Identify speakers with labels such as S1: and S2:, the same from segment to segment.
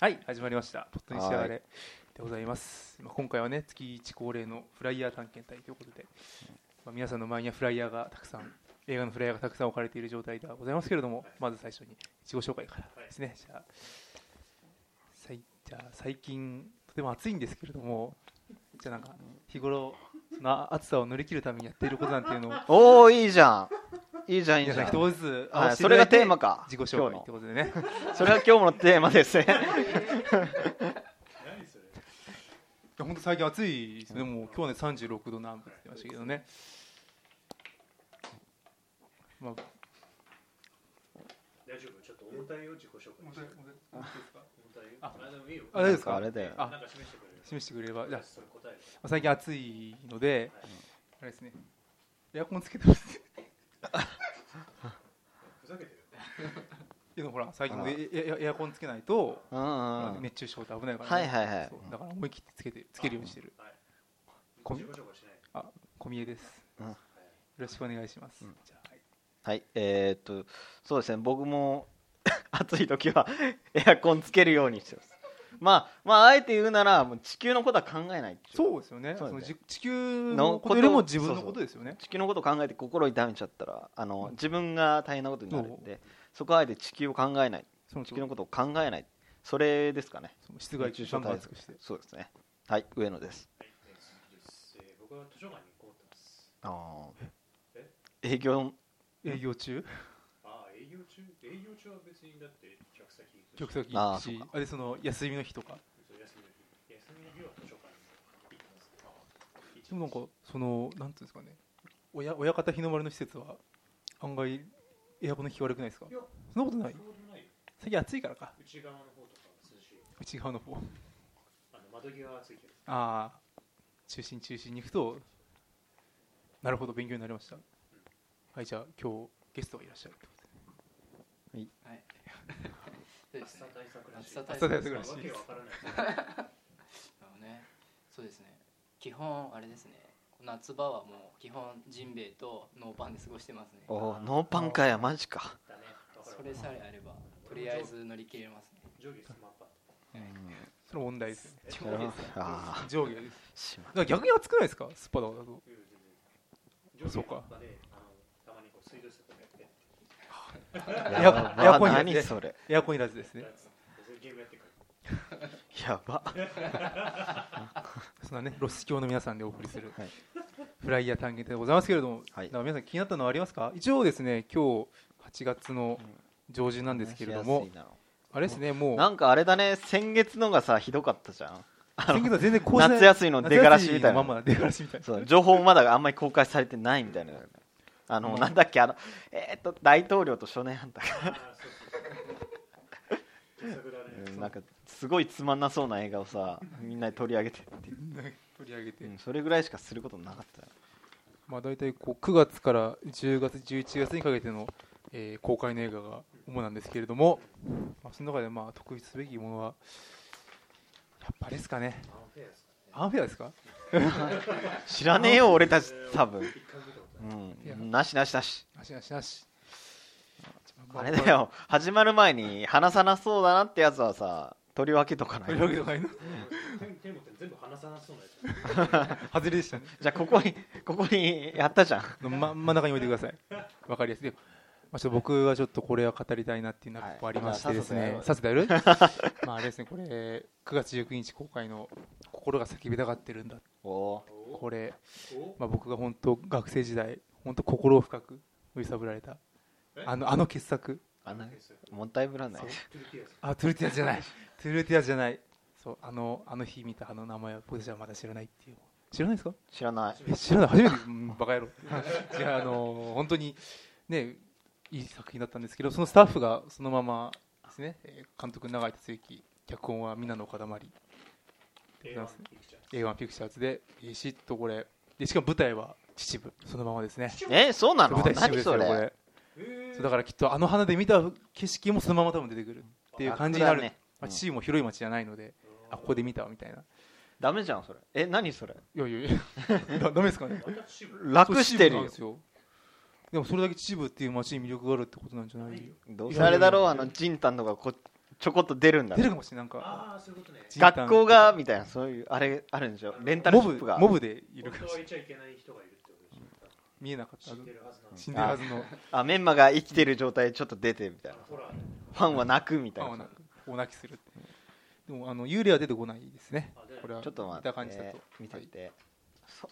S1: はい始まりました「ポットに仕上が
S2: は
S1: れ」でございます、まあ、今回はね月1恒例のフライヤー探検隊ということで、まあ、皆さんの前にはフライヤーがたくさん映画のフライヤーがたくさん置かれている状態ではございますけれどもまず最初に自己紹介からですねじゃあさいじゃあ最近とても暑いんですけれどもじゃあなんか日頃その暑さを乗り切るためにやっていることなんていうのを
S2: おおいいじゃんいいじゃんいい
S1: 皆
S2: じ
S1: さ
S2: ゃ
S1: ん一
S2: ん
S1: 言ずつ合
S2: は
S1: わ
S2: い
S1: せてい
S2: そ
S1: ただ
S2: れが
S1: いて
S2: テーマか
S1: 自己紹
S2: 今
S1: 介
S2: 日
S1: って
S2: の
S1: ことでね
S2: それが今日のテーマですね
S1: いや本当最近暑いですね、もう今日はね36度南部って言ってましたけどね、まあ、
S3: 大丈夫ちょっと重たいよ自己紹介して重たいよ
S1: あ
S3: あでもいいよ
S1: あ大丈夫ですか
S2: あれだよ
S1: あ
S3: なんか示してくれる
S1: 示してくれれば、いやま
S3: それ答える
S1: あ最近暑いので
S3: はい、
S1: あれですね、エアコンつけて ます。
S3: ふざけてる
S1: でもほら、最近のエエエアコンつけないと、
S2: うんうんうん
S1: 熱中症って危ないから、ね
S2: はいはいはい
S1: そうだから思い切ってつけてつけるようにしてる、こん
S3: 自己紹介しない
S1: 小見江です。
S2: うん
S1: よろしくお願いします。
S2: うん
S1: じゃあはい
S2: はいえー、っとそうですね僕も 暑い時はエアコンつけるようにしてますまあまああえて言うならもう地球のことは考えないっていう
S1: そうですよね、
S2: そ
S1: そう
S2: だ
S1: の
S2: ね
S1: じ地球のことよりも自分のことですよね。
S2: 地球のこと考えて心痛めちゃったらあの自分が大変なことになるんでそこはあえて地球を考えない
S1: その
S2: 地球のことを考えないそれですかね
S1: その室外機ガンガンつくして。
S2: そうですねはい上野です
S3: えー鈴木ですえー僕は図書館に行こうってます
S2: あー
S3: え
S2: 営業
S1: 営業中
S3: あー営業中営業中は別にだって客先行
S1: 局
S3: くし
S1: 先
S2: あ
S1: 行
S2: あ
S1: くし
S2: そう
S1: あれその休みの日とか
S3: そう休みの日休みの日は図書館に行きます一日
S1: でもなんかそのなんていうんですかね親親方日の丸の施設は案外エアコンの日悪くないですか
S3: いや
S1: そんなことない
S3: そうでもないよ
S1: 最近暑いからか
S3: 内側の方とかは涼しい
S1: 内側の方
S3: あの窓際は暑いけど
S1: ああ中心中心に行くとなるほど勉強になりましたはいじゃあ今日ゲストがいらっしゃるってことで
S4: そうで
S3: 暑
S4: す
S3: さ
S4: ね。
S3: 対策らしい
S4: 暑さ
S1: 対策らしい
S3: わけわからない
S4: あのね、そうですね。基本あれですね。夏場はもう基本ジンベエとノーパンで過ごしてますね。
S2: おーノーパンかやマジか、
S3: だねだから
S4: それさえあればとりあえず乗り切れますね。
S3: 上下スマッパ
S1: それ問題ですよね
S4: 上
S2: なるほど
S4: 下
S2: あー
S1: 上下です
S2: しま
S1: だから逆に暑くないですかスパだと
S3: 上
S1: そ
S3: 下
S1: うか
S3: とかであのたまにこう水道水とかやって
S2: や
S1: エア
S2: ば
S1: コン
S2: 何それ
S1: エアコンいらずですね
S3: やつそれゲームやってくる
S2: やば
S1: そんなねロス教の皆さんでお送りする、
S2: はい
S1: フライヤー探検でございますけれども、
S2: はい
S1: なんか皆さん気になったのはありますか一応ですね今日8月の
S2: うん
S1: 上旬なんですけれども、
S2: 話しやすいな
S1: あれですねもう
S2: なんかあれだね先月のがさひどかったじゃんあ
S1: 先
S2: の
S1: 月は全然更新
S2: 夏休みの出がらしみた
S1: 夏休
S2: い
S1: みのま
S2: なん
S1: ま出がらしみたいな
S2: そう情報もまだあんまり公開されてないみたいなあの、
S1: うん
S2: なんだっけあのえーっと大統領と少年ハンターが
S3: あーそうそうそう傑作だね
S2: うんなんかすごいつまんなそうな映画をさみんなで取り上げてっていう、
S1: 取り上げて、
S2: うんそれぐらいしかすることなかったよ
S1: まあ大体こう9月から10月11月にかけての、えー公開の映画が主なんですけれども、まあ、その中でまあ特筆すべきものはやっぱあれですかね
S3: アンフェアですからね
S1: アンフェアですか
S2: 知らねえよ俺たち多分
S3: 一回も見たことない
S1: いや
S2: うんなしなしなし
S1: なしなしなし
S2: あれだよ始まる前に話さなそうだなってやつはさ取り分けとかな
S1: と
S2: い
S1: いうわけでもないの
S3: 天天も天全部話さなそうなやつ
S1: 外れでしたね
S2: じゃあここに ここにやったじゃん
S1: のま真ん中に置いてください。わかりやすい。でまあ、ちょっと僕はちょっとこれは語りたいなっていうのは
S2: はい
S1: ここありましてですね。
S2: じゃ
S1: させてやるまああれですね、これ、9月19日公開の心が叫びたがってるんだ。
S2: おお
S3: お
S1: これ、
S3: お
S1: まあ、僕が本当学生時代、本当心を深く揺さぶられた。
S3: え
S1: あの、あの傑作。
S2: あの
S3: そう
S2: もったいぶらない
S3: トゥルティアス
S1: あ、トゥルティアじゃない。トゥルティアじゃない。そう、あの、あの日見たあの名前は僕たちはまだ知らないっていう。知らないですか
S2: 知らない
S1: え知らない初めてうんバカ野郎いやあの本当にねいい作品だったんですけどそのスタッフがそのままですねえー監督永井達之脚本は皆の塊
S3: 映画ピクチャー
S1: A1 ピクチャーズでビシッとこれでしかも舞台は秩父そのままですね
S2: えそう なの
S1: 舞台秩父
S2: 何
S1: ですよこ
S2: それ
S1: れそうだからきっとあの花で見た景色もそのまま多分出てくるっていう感じになる、
S2: 楽だね
S1: まあ、秩父も広い町じゃないので、あここで見たわみたいな
S2: ダメじゃんそれえ何それ
S1: いやいやいやだダメですかね
S3: 私も
S2: 楽してる
S1: そう秩父なん
S2: よ
S1: ですよでもそれだけ秩父っていう街に魅力があるってことなんじゃない
S3: ないよ
S2: どうせあれだろうあの
S1: いやいやいや
S2: じんたんとかこちょこっと出るんだ
S1: 出るかもしれないなんか
S3: ああ、そういうことね。
S1: じ
S2: 学校がみたいなそういうあれあるんでしょレンタル
S1: モ
S2: ショッ
S1: ブ
S2: プが
S1: モブでいるか
S3: 本当
S1: もしれない
S3: は言っちゃいけない人がいるってことでしょ。
S1: 見えなかっ
S3: 知
S1: た
S3: ってるはずなんです
S1: 死んでるはずの
S2: あメンマが生きてる状態でちょっと出てみたいな
S3: ホラーで
S2: ファンは泣くみた
S1: ま
S2: い
S1: あお
S2: な
S1: 泣くお泣きするってでもあの幽霊は出てこないですね
S3: あ出ない
S1: これは
S2: ちょっと待
S1: 見
S2: って
S1: た感じだと
S2: 見て
S1: はい
S2: みて、そ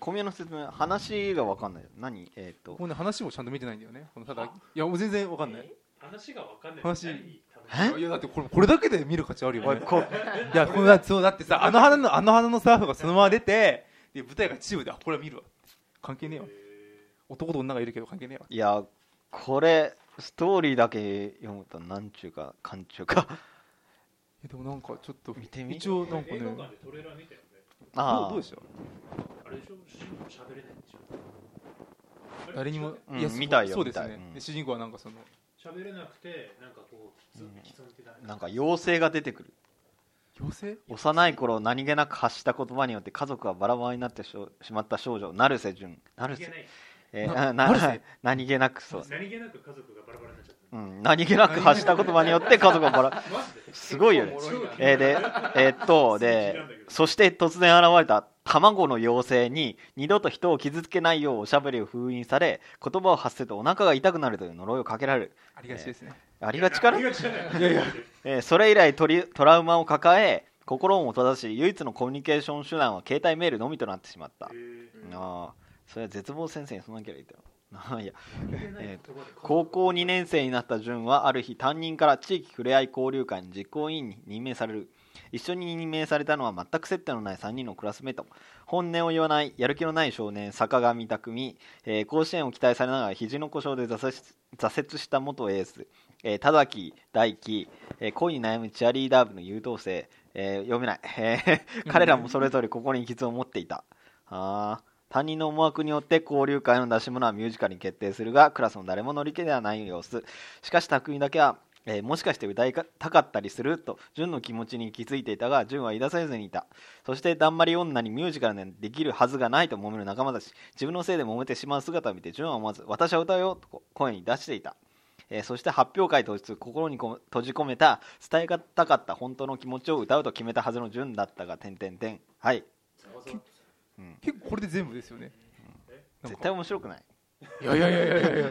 S2: 小宮の説明話が分かんない何えっ、と
S1: もうね話もちゃんと見てないんだよねこのただいやもう全然わかんない
S3: え話がわかんない。
S1: 話
S3: 何
S2: え
S1: いやだってこれこれだけで見る価値あるよ
S2: おい
S1: ね
S2: こ
S1: いやこのだそうだってさあの花のあの花のサーフがそのまま出てで舞台がチームであこれは見るわ関係ねえわ男と女がいるけど関係ねえわ
S2: いやこれストーリーだけ読むとなんちゅうか勘ちゅうか
S1: えでもなんかちょっと
S2: 見てみ
S1: 一応
S3: な
S1: なんん
S3: か
S1: か
S3: ね。
S1: ね
S3: 映画
S1: ど
S3: 館でトレーラー見たよね。
S1: う
S2: あ
S1: どうでし
S2: あ、
S1: ょう
S3: あれでしょ主人公喋れないんでしょあれ
S1: 誰にも
S2: うん
S1: いやそう
S2: 見たいよ
S1: そうです
S2: 見たい
S1: ね
S2: うん
S1: で主人公はなんかその
S3: 喋れなくて、なんかこう、きつ
S2: うん
S3: きつんってなる
S2: なんか妖精が出てくる
S1: 妖精
S2: 幼い頃何気なく発した言葉によって家族がバラバラになってしょしまった少女成瀬潤成
S3: いけ
S2: 瀬
S3: ない
S2: え
S1: な
S2: ー、 な
S1: 成瀬
S2: 何気なくそう、
S3: 何気なく家族がバラバラになっちゃった。
S2: うん、何気なく発した言葉によって家族がバラ
S3: マジで
S2: すごいよね
S4: 結構おもろいな
S2: えーでえーっとでそして突然現れた卵の妖精に二度と人を傷つけないようおしゃべりを封印され言葉を発するとお腹が痛くなるという呪いをかけられる
S1: ありがちですね
S2: ありがちかな
S3: ありがちじゃない
S1: いやいや
S2: えーそれ以来トリトラウマを抱え心も閉ざし唯一のコミュニケーション手段は携帯メールのみとなってしまった、
S3: えー
S2: ああそれは絶望先生にそんなキャラいたよ あいや
S3: 何気ない言葉で
S2: 高校2年生になった潤はある日担任から地域ふれあい交流会の実行委員に任命される一緒に任命されたのは全く接点のない3人のクラスメート本音を言わないやる気のない少年坂上匠、えー甲子園を期待されながら肘の故障で挫折挫折した元エース、えー田崎大輝、えー恋に悩むチアリーダー部の優等生、えー読めない、えー彼らもそれぞれ心に傷を持っていたあー担任の思惑によって交流会の出し物はミュージカルに決定するがクラスの誰も乗り気ではない様子しかし匠だけは、えーもしかして歌いたかったりすると純の気持ちに気づいていたが純は言い出されずにいたそしてだんまり女にミュージカルなんてできるはずがないと揉める仲間たち自分のせいで揉めてしまう姿を見て純は思わず「私は歌うよ」とこ声に出していた、えーそして発表会当日心にこ閉じ込めた伝えたかった本当の気持ちを歌うと決めたはずの純だったが点点点はい、
S3: ざわざわ
S2: うん、
S1: 結構これで全部ですよねなん
S2: 絶
S1: か
S2: 対面白くない
S1: いやいやいやいやいや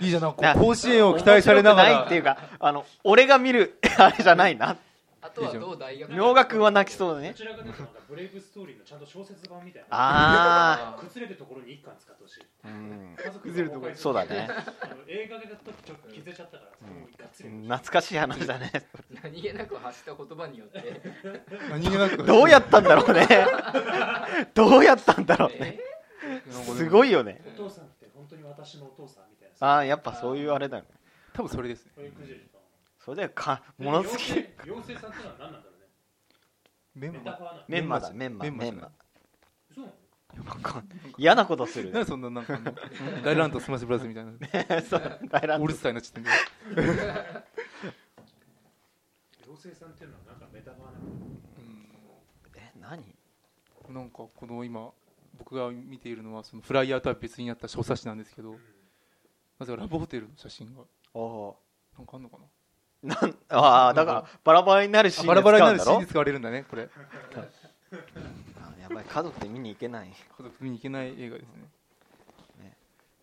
S1: いいじゃんなん
S2: な
S1: か甲子園を期待されなが
S2: 面白くない
S1: ら
S2: っていうかあの俺が見るあれじゃないな
S4: あとはどう大学
S2: 明賀君は泣きそうだ
S3: ど
S2: ね
S3: ちらかというとなんかブレイブストーリーのちゃんと小説版みたいな
S2: あ
S3: 崩れるところに一巻使ってほしい
S2: あうん
S3: 家族が
S1: 崩れるところ
S3: 崩
S2: そうだね
S3: あの映画がちょっと気づいちゃったからもうがっつり
S2: 懐かしい話だね
S4: 何気なく発した言葉によって
S1: 何気なく
S2: どうやったんだろうねどうやったんだろうね
S4: え
S2: すご
S1: い
S2: いよね
S3: お父さんって本当に私のお父さんみたいな
S2: ああやっぱそういうあれだよね
S1: 多分それですね
S3: これ崩れると
S2: それでかもの
S3: 思う
S2: すごい
S3: 妖精妖精さんってのは何なんだろうね
S1: メ
S3: メ
S1: ン
S3: タ
S1: バ
S3: ファーなの
S2: メンマだメ
S1: メ
S2: ン
S1: ン
S2: マ
S1: マ
S2: メ
S1: じゃ
S2: ン
S1: ん
S2: マ
S3: そうなの
S2: わかんない嫌なことす
S1: ーなん
S2: る
S1: でそんななんかあの大乱闘スマッシュブラザーズみたいな
S2: そう大乱
S1: オー
S2: 闘
S1: ルスターになっちゃってんだ
S3: 妖精さんっていうのはなんかメタファーなの
S2: え何
S1: うんなんかこの今僕が見ているのはそのフライヤーとは別にあった小冊子なんですけどなぜかラブホテルの写真が
S2: おお
S1: なんかあんのかな
S2: ーなんああだからバラバラになるシー
S1: あ
S2: ン
S1: バラバラになる
S2: で
S1: シ
S2: 使う
S1: ー
S2: ん
S1: ン
S2: だ
S1: で使われるんだねこれ家
S2: ろあやばい家族で見に行けない
S1: 族見に行けない映画ですね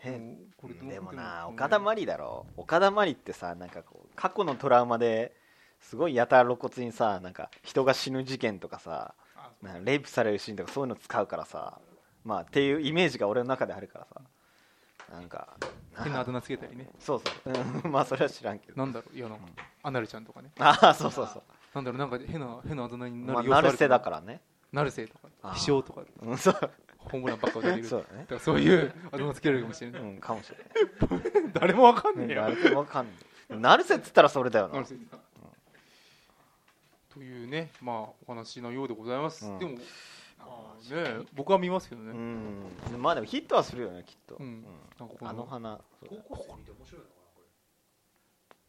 S2: へ
S1: も うこれどう
S2: でもな
S1: でも
S2: 岡田真理だろ岡田真理ってさなんかこう過去のトラウマですごいやたら露骨にさなんか人が死ぬ事件とかさ
S1: あ
S2: なんかレイプされるシーンとかそういうの使うからさまあっていうイメージが俺の中であるからさなんか
S1: 変なあだ名つけたりね
S2: そうそううんまあ それは知らんけど
S1: なんだろういやなんか
S2: うん
S1: アナルちゃんとかね
S2: ああそうそうそう
S1: なんだろうなんか変な変なあだ名にな
S2: まあ
S1: る要素あ
S2: 成
S1: る
S2: 瀬だからね
S1: なるせと
S2: あー
S1: か飛翔とか
S2: うんそう
S1: ホームランばっか打たれる
S2: そ
S1: だ
S2: うだね
S1: からそういうあだ名つけられるかもしれ
S2: う
S1: ない
S2: んかもしれない
S1: 誰もわかんねえよ
S2: 成瀬わかんないでも成瀬っつったらそれだよ
S1: な
S2: な
S1: るせというねまあお話のようでございます
S2: うん
S1: でもまあね僕は見ますけど
S2: う
S1: ね
S2: んまあでもヒットはするよねきっと
S1: うんなんかこ
S2: あの
S1: の
S2: 花
S3: 高校生見て面白いのかな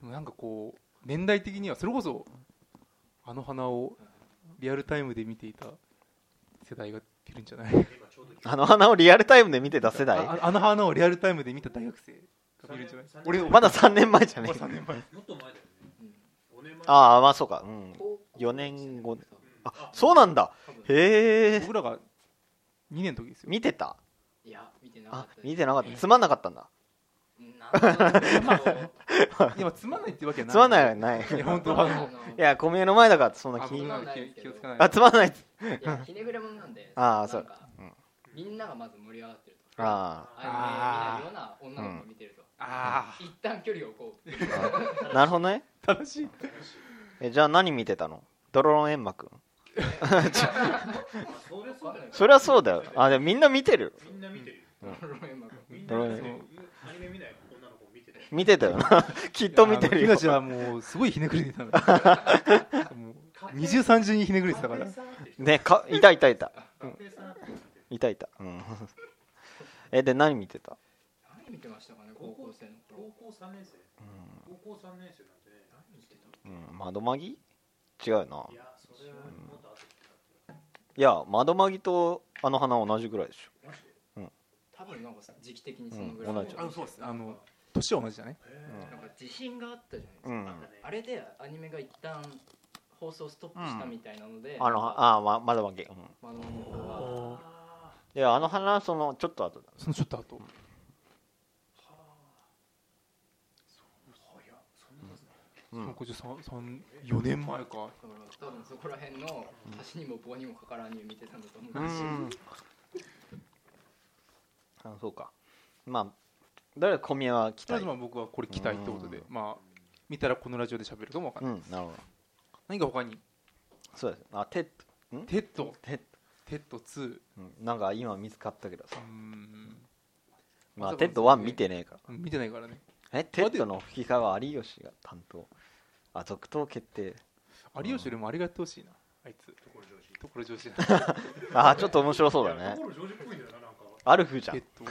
S3: これ
S1: なんかこう年代的にはそれこそあの花をリアルタイムで見ていた世代がいるんじゃない
S3: 今ちょうど
S2: あの花をリアルタイムで見てた世代
S1: あああの花をリアルタイムで見た大学生がいるんじゃない
S3: 三年
S1: 俺
S3: 三年
S2: まだ3年前じゃね
S1: 俺3年前
S3: もっと前だよね
S4: うん
S3: 5年前
S2: ああまあそうかうん
S4: 高校
S2: 四年後
S4: そう
S2: あそうなんだ
S4: 多分
S2: へえ
S1: 僕らが2年の時ですよ
S2: 見てた
S4: いや見てなか
S2: あ
S4: ったです
S2: 見てなかったつまんなかったんだ
S4: なんとなく
S1: 今つまんないってわけはない
S2: つまんないはないい
S1: いや本当
S4: あ
S1: あの
S4: のい
S2: や小宮の前だからそんな
S1: あ
S2: 気
S1: 僕
S2: に
S1: なんで
S4: 気
S1: 気
S4: に
S1: 気をつかない
S2: あつまんない
S4: やひねぐれもんなんで
S2: あー
S4: なんか
S2: そううん
S4: みんながまず盛り上がってると
S2: あ
S4: ああいう目見ないような女の子を見てると
S1: あ
S4: 一旦距離を置こう
S2: あなるほどね
S1: あ正しい
S2: えじゃあ何見てたのドロロンエンマくん
S3: まあそれそうだよ
S2: そりゃそうだよあでもみんな見てる
S3: みんな見てるよ
S4: ローエンマ君
S3: みんな見て
S1: う
S3: る
S1: ん
S3: アニメ見ない女の子を見てる
S2: 見てた よなきっと見てるよ
S1: ひなちゃんもうすごいひねくれて たのもう二重三重にひねくれてたから
S3: 勝手に触ってる
S2: ねかいたいたいた
S3: 勝手に触ってる
S2: いたいたうん えで何見てた
S4: 何見てましたかね高校生の頃
S3: 高校三年生高校三年生なんてね何見てた
S2: うん、うん、窓マギ違うよない
S3: やそれはもっと後で
S2: いや窓マギとあの花同じぐらいでし
S4: 多分なんか時期的にそのぐら
S2: う
S4: い
S2: ん同じ
S1: あそうですあの年は同じだね
S4: なんか地震があったじゃないです
S2: ょう
S4: か
S2: ん
S4: あれでアニメが一旦放送ストップしたみたいなので
S2: あの
S4: あ
S2: ああ、ま、窓マギうん
S4: の方は
S2: であの花そのちょっと後だ
S1: そのちょっと後
S2: うん
S1: 4年前か
S4: 多分そこら辺の足にも棒にもかからんに見てたんだと思
S2: う
S4: うんですよ
S2: んあそうかまあ誰か小宮は来
S1: とりあえ
S2: た
S1: ずまあ僕はこれ期待ってことでまあ見たらこのラジオで喋るかもわかん
S2: う
S1: ない
S2: んなるほど
S1: 何か他に
S2: そうですあテッド
S1: テッド
S2: テッ
S1: テッド2
S2: ド、うん、なんか今見つかったけど
S1: う
S2: さ
S1: ーん
S2: ま
S1: ま
S2: あ
S1: さか
S2: テッド1見てねえから
S1: 見てないからね
S2: えテッドの吹き替えは有吉が担当あ続投決定
S1: 有吉よりもあれがやってほしいなあいつところ上司
S2: あちょっと面白そうだね
S3: ところジョージっぽいんだよななんか
S2: アルフじゃ
S1: テ
S2: ん
S1: ッド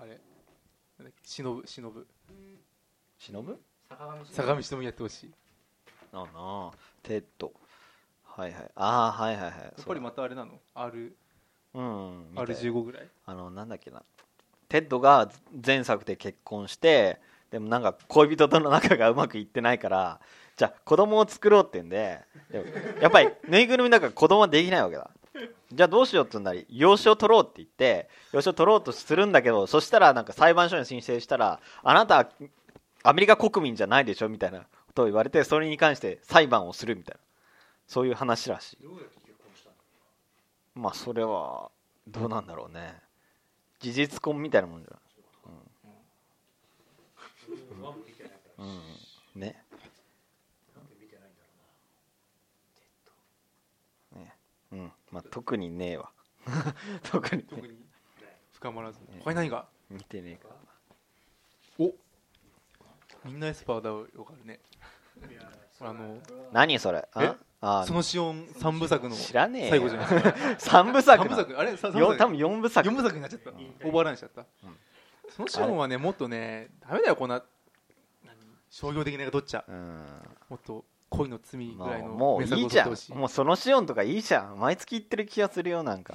S1: あれなんだっけ忍ぶ忍ぶ
S2: 忍ぶ
S4: 坂上
S1: 坂上忍やってほしい
S2: ああなあテッドはいはいああはいはいはい
S1: やっぱり
S2: そう
S1: またあれなの R
S2: だうんみたい
S1: R15 ぐらい
S2: あのなんだっけなテッドが前作で結婚してでもなんか恋人との仲がうまくいってないからじゃあ子供を作ろうって言うんででもやっぱりぬいぐるみだから子供はできないわけだじゃあどうしようってなり養子を取ろうって言って養子を取ろうとするんだけどそしたらなんか裁判所に申請したらあなたはアメリカ国民じゃないでしょみたいなことを言われてそれに関して裁判をするみたいなそういう話らしい
S3: どうやって結婚したの
S2: まあそれはどうなんだろうね事実婚みたいなもんじ
S3: ワンも見てないから
S2: ゃない、うん、ね
S3: なんで見てないんだろうな
S2: うんまあ特にねえわ 特に
S1: 特に深まらず他に何が
S2: 見てねえか
S1: みんなエスパーだよよくあるね
S3: いや
S1: ほらあの
S2: 何それ
S1: え
S2: ああ
S1: そのシオン三部作の
S2: 知らねえよ
S1: 最後じゃないですか
S2: 3部
S1: 三
S2: 作
S1: 部
S2: な
S1: 作あれさ三
S2: よ
S1: 部
S2: 多
S1: 作
S2: 分4部作
S1: 四部作になっちゃったオーバーランしちゃった
S2: ん
S1: そのシオンはねもっとねダメだよこんな何商業的などっちゃ
S2: うん
S1: もっと恋の罪ぐ
S2: ま
S1: ら
S2: あ
S1: いの
S2: もう
S1: 名
S2: い
S1: 作
S2: い
S1: を
S2: じ
S1: 撮っ
S2: ゃ
S1: てほ
S2: ん
S1: しい
S2: もうそのシオンとかいいじゃん毎月行ってる気がするよなんか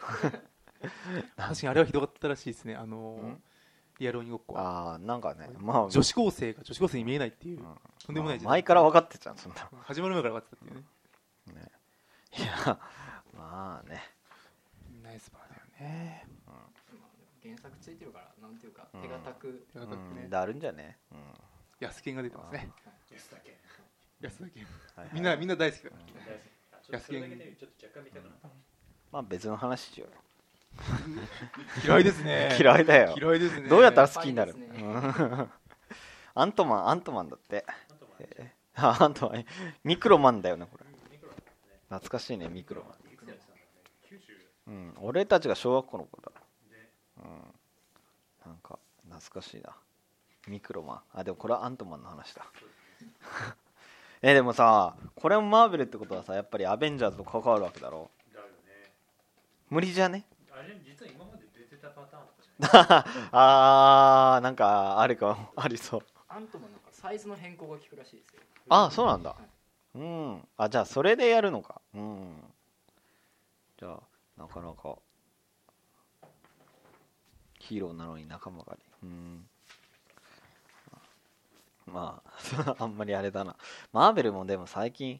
S1: 確かにあれはひどかったらしいですねあのー
S2: うん
S1: リアル鬼ごっこは
S2: ああなんかねまあ
S1: 女子高生が女子高生に見えないっていう
S2: うん
S1: とんでもない時代
S2: まあ前から分かってたじゃんそんな
S1: 始まる前から分かってたっていうね
S2: のいやまあね
S1: ナイスパーだよね
S4: 原作ついてるからなんていうか
S2: うん
S4: 手堅く
S1: 手
S2: う
S1: 堅くね
S2: んだるんじゃねうん
S1: 安健が出てますね
S3: 安だけ
S1: 安田健
S2: はいはい
S1: みんなみんな大好きだ
S3: ちょっとそれだけでちょっと若干見たくなった
S2: まあ別の話しようよ
S1: 嫌いですね
S2: 嫌いだよ
S1: 嫌いですね
S2: どうやったら好きになる、
S4: いっぱいで
S2: うんアントマンアントマンだって
S3: あとは
S2: あアントマンミクロマンだよねこれ
S3: ミクロ
S2: 懐かしいねミクロマ
S3: いくつやってたんだろうね90
S2: ン、うん、俺たちが小学校の頃だ、
S3: で
S2: うん、なんか懐かしいなミクロマンあでもこれはアントマンの話だ えでもさこれもマーベルってことはさやっぱりアベンジャーズと関わるわけだろ
S3: だよね
S2: 無理じゃね
S3: あれ実は今まで出てたパターンとかじゃ
S2: あーなんかあるかもありそう
S4: アントマンなんかサイズの変更が効くらしいですよ
S2: あそうなんだうんあじゃあそれでやるのかうんじゃあなかなかヒーローなのに仲間がねうん まああんまりあれだなマーベルもでも最近